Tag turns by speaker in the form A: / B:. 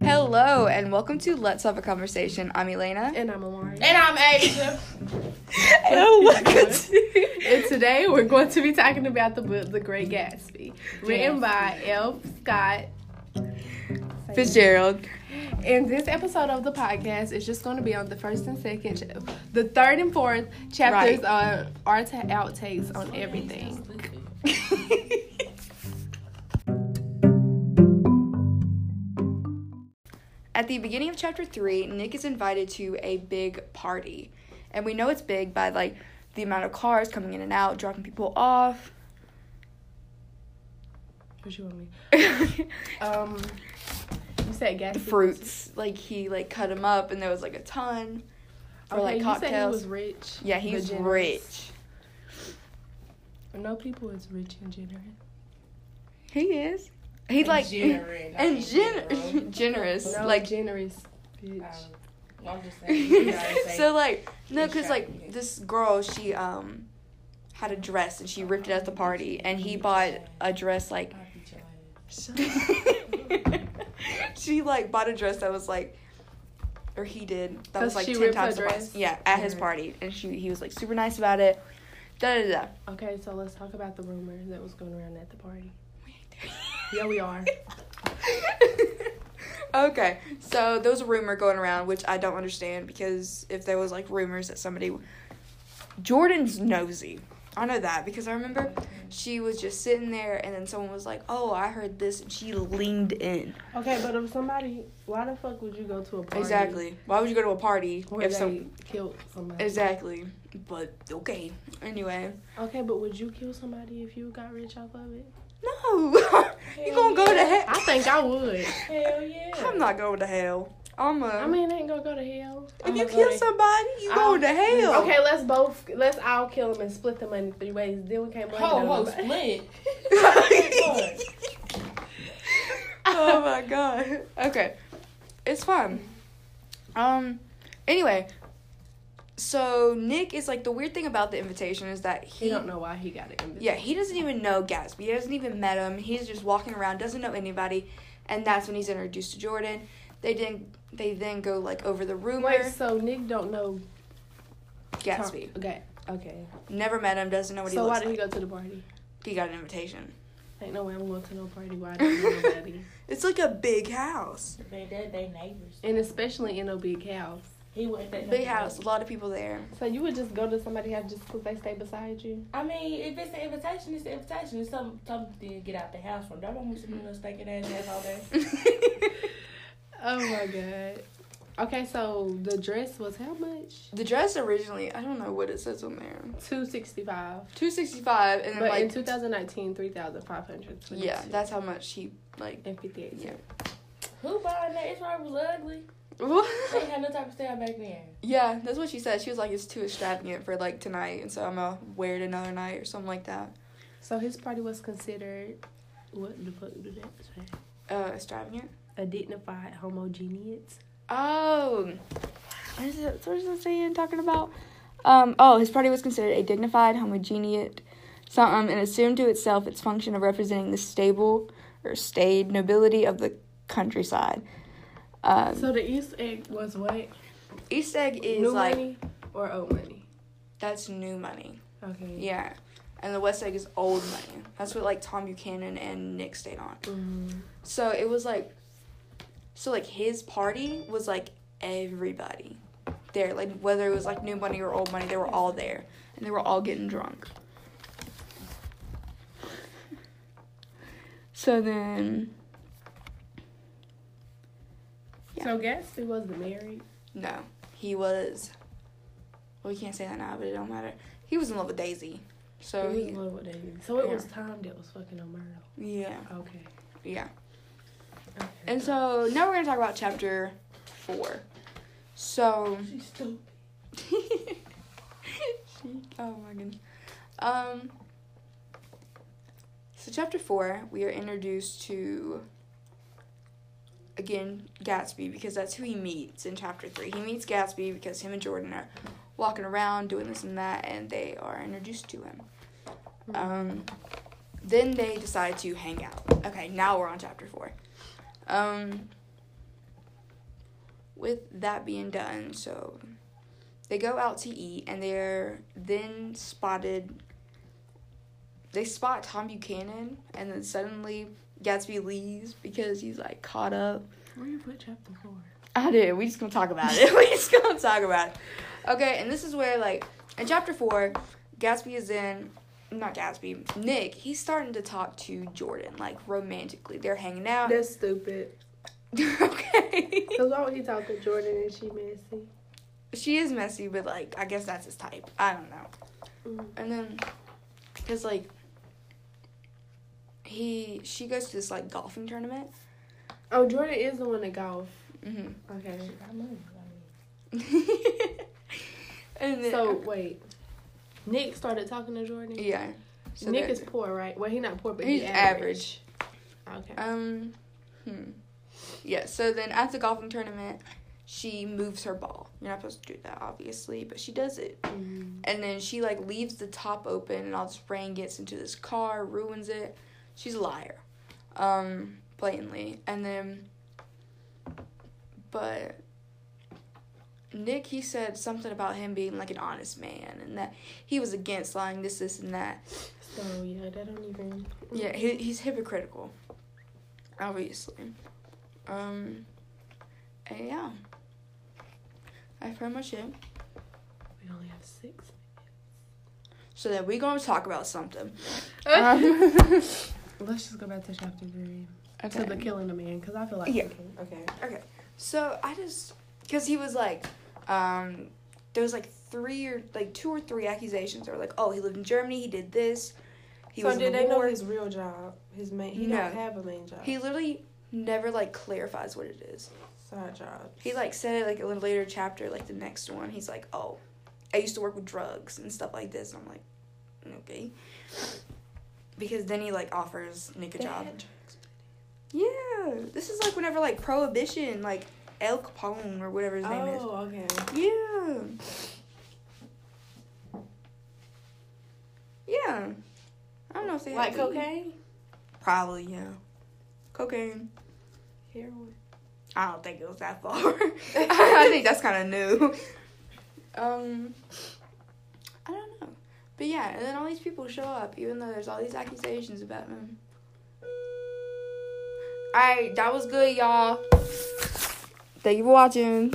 A: Hello and welcome to Let's Have a Conversation. I'm Elena.
B: And I'm Amari.
C: And I'm Asia.
A: And welcome
B: And today we're going to be talking about the book The Great Gatsby, written by L. Scott.
A: Fitzgerald.
B: And this episode of the podcast is just going to be on the first and second, cha- the third and fourth chapters
A: Right.
B: on our ta- outtakes on everything.
A: At the beginning of chapter 3, Nick is invited to a big party. And we know it's big by like the amount of cars coming in and out, dropping people off.
B: What you want me? Um, you said Gatsby. was-
A: Fruits, like he like cut them up and there was like a ton for
B: Okay,
A: like
B: you said he was
A: cocktails.
B: rich.
A: Yeah, he's
B: but generous.
A: rich.
B: No people is rich and generous.
A: He is. He like
C: Generous.
A: and gen- generous
B: No,
A: like
B: generous, bitch.
C: I'm just saying. you gotta say-
A: so like no
C: he's
A: because
C: trying
A: like
C: to-
A: this girl she um had a dress and she ripped it at the party and he bought a dress like
C: I'll beat your ass.
A: Um, she like bought a dress that was like or he did that was
B: 'Cause
A: like
B: she
A: 10
B: ripped her
A: times the price
B: dress?
A: yeah at his
B: Yeah.
C: Mm-hmm.
A: party and she he was like super nice about it da da da
B: Okay, so let's talk about the rumor that was going around at the party.
A: Yeah,
B: Yeah, we are.
A: okay, so there was a rumor going around, which I don't understand because if there was like rumors that somebody, Jordan's nosy, I know that because I remember she was just sitting there and then someone was like, "Oh, I heard this," and she leaned in.
B: Okay, but if somebody, why the fuck would you go to a party?
A: Exactly. Why would you go to a party
B: Where
A: if
B: they
A: some?
B: killed somebody.
A: Exactly. But okay. Anyway,
B: Okay, but would you kill somebody if you got rich off of it?
A: no, you gonna go to hell?
B: I think I would.
C: Hell yeah.
A: I'm not going to hell. I'm a.
B: I mean, I ain't gonna go to hell.
A: if
B: I'ma
A: you
B: go
A: kill
B: to-
A: somebody, you
B: I'll-
A: going to hell.
B: Okay, let's both let's all kill them and split the money three ways. Then we can't blame
C: Ho,
B: it on
C: ho,
B: nobody.
C: split.
A: oh my god. Okay. It's fun. Um anyway, so Nick is like the weird thing about the invitation is that he
B: He don't know why he got it.
A: Yeah, he doesn't even know Gatsby. He hasn't even met him. He's just walking around, doesn't know anybody, and that's when he's introduced to Jordan. They didn't they then go like over the rumor.
B: Wait, so Nick don't know
A: Gatsby.
B: Okay, okay.
A: Never met him, doesn't know what
B: so
A: he
B: why
A: looks
B: did he
A: like.
B: go to the party?
A: He got an invitation.
B: Ain't no way I'm going to no party where I don't know nobody.
A: It's like a big house.
C: They, they, they neighbors.
B: And especially in a big house.
C: He went that
A: Big house, a lot of people there.
B: So you would just go to somebody's house just because they stay beside you?
C: I mean, if it's an invitation, it's an invitation. It's something, something to get out the house from. Don't want me to be no stinking ass ass all day.
B: Oh my god. Okay, so the dress was how much?
A: The dress originally, I don't know what it says on there.
B: Two sixty five.
A: Two sixty five, and then
B: But
A: like
B: in 2019, 3,522.
A: yeah, that's how much he like.
B: and 58.
A: Yeah.
C: Who buying that? It's probably was ugly. They had no type of style back then.
A: yeah, that's what she said. She was like, "It's too extravagant for like tonight," and so I'm gonna wear it another night or something like that.
B: So his party was considered what the fuck do that say?
A: Uh, extravagant.
B: A dignified homogeneous.
A: Oh, what is it? What is it saying? Talking about. Um, oh, his party was considered a dignified, homogeneous, something, and assumed to itself its function of representing the stable or staid nobility of the countryside. Um,
B: So the East egg was what?
A: East egg is
B: New
A: like
B: money or old money?
A: that's new money.
B: Okay.
A: Yeah. And the West egg is old money. That's what like Tom Buchanan and Nick stayed on.
B: Mhm.
A: So it was like so like his party was like everybody there. Like whether it was like new money or old money, they were all there. And they were all getting drunk. So then Yeah.
B: So Gatsby was the married.
A: no. He was well we can't say that now, but it don't matter. He was in love with Daisy. So
B: It was
A: he-
B: one with Daisy. So it
A: Yeah.
B: was Tom that was fucking on Myrtle.
A: yeah,
B: Okay.
A: yeah.
B: okay.
A: And so now we're gonna talk about chapter four. So
C: She's stupid.
A: she, oh my goodness. Um so chapter four, we are introduced to again Gatsby because that's who he meets in chapter three. He meets Gatsby because him and Jordan are walking around doing this and that and they are introduced to him. Um then they decide to hang out. Okay, now we're on chapter four. Um with that being done, so they go out to eat and they're then spotted. They spot Tom Buchanan and then suddenly Gatsby leaves because he's like caught up.
B: Where you put chapter four?
A: I did. We just gonna talk about it. we just gonna talk about it. Okay, and this is where like in chapter four, Gatsby is in not Gatsby, Nick, he's starting to talk to Jordan, like romantically. They're hanging out.
B: That's stupid.
A: okay.
B: Cause why would he talk to Jordan and she messy?
A: She is messy, but like I guess that's his type. I don't know.
B: Mm.
A: And then cuz like he she goes to this like golfing tournament.
B: Oh, Jordan is the one that golf.
A: Mhm.
B: Okay.
C: She got money. I mean,
A: and then,
B: So wait, Nick started talking to Jordan.
A: yeah. So
B: Nick
A: they're-
B: is poor, right? Well, he's not poor, but
A: He's
B: he's average. Okay.
A: Um, hmm. Yeah, so then at the golfing tournament, she moves her ball. You're not supposed to do that, obviously, but she does it.
B: Mm.
A: And then she, like, leaves the top open, and all this rain gets into this car, ruins it. She's a liar, um, blatantly. And then, but Nick, he said something about him being, like, an honest man, and that he was against lying, this, this, and that.
B: So yeah, that don't even.
A: Yeah, he, he's hypocritical. Obviously. Um, and yeah. That's pretty much it.
B: We only have six.
A: So then we gonna talk about something. Uh,
B: Uh, Let's just go back to chapter three. To the
A: Okay.
B: killing the man, because I feel like
A: Yeah.
B: Okay.
A: So I just, cause he was like, um, there was like three or like two or three accusations. They were like, oh, he lived in Germany. He did this. He
D: so
A: was in
D: did
A: the
D: they know
A: war.
D: his real job? His main he
A: No.
D: don't have a main job.
A: He literally never like clarifies what it is.
D: side job.
A: He like said it like in a later chapter, like the next one. He's like, "Oh, I used to work with drugs and stuff like this." And I'm like, "Okay," because then he like offers Nick a
D: They
A: job.
D: had drugs.
A: Yeah, this is like whenever like Prohibition, like El Capone or whatever his name is.
D: Oh, okay.
A: Yeah. Yeah. I don't know if they had
D: Like
A: weed.
D: cocaine?
A: Probably yeah. Cocaine.
D: Heroin.
A: I don't think it was that far. I think that's kind of new. Um, I don't know, but yeah, and then all these people show up, even though there's all these accusations about them. All right, that was good, y'all. Thank you for watching.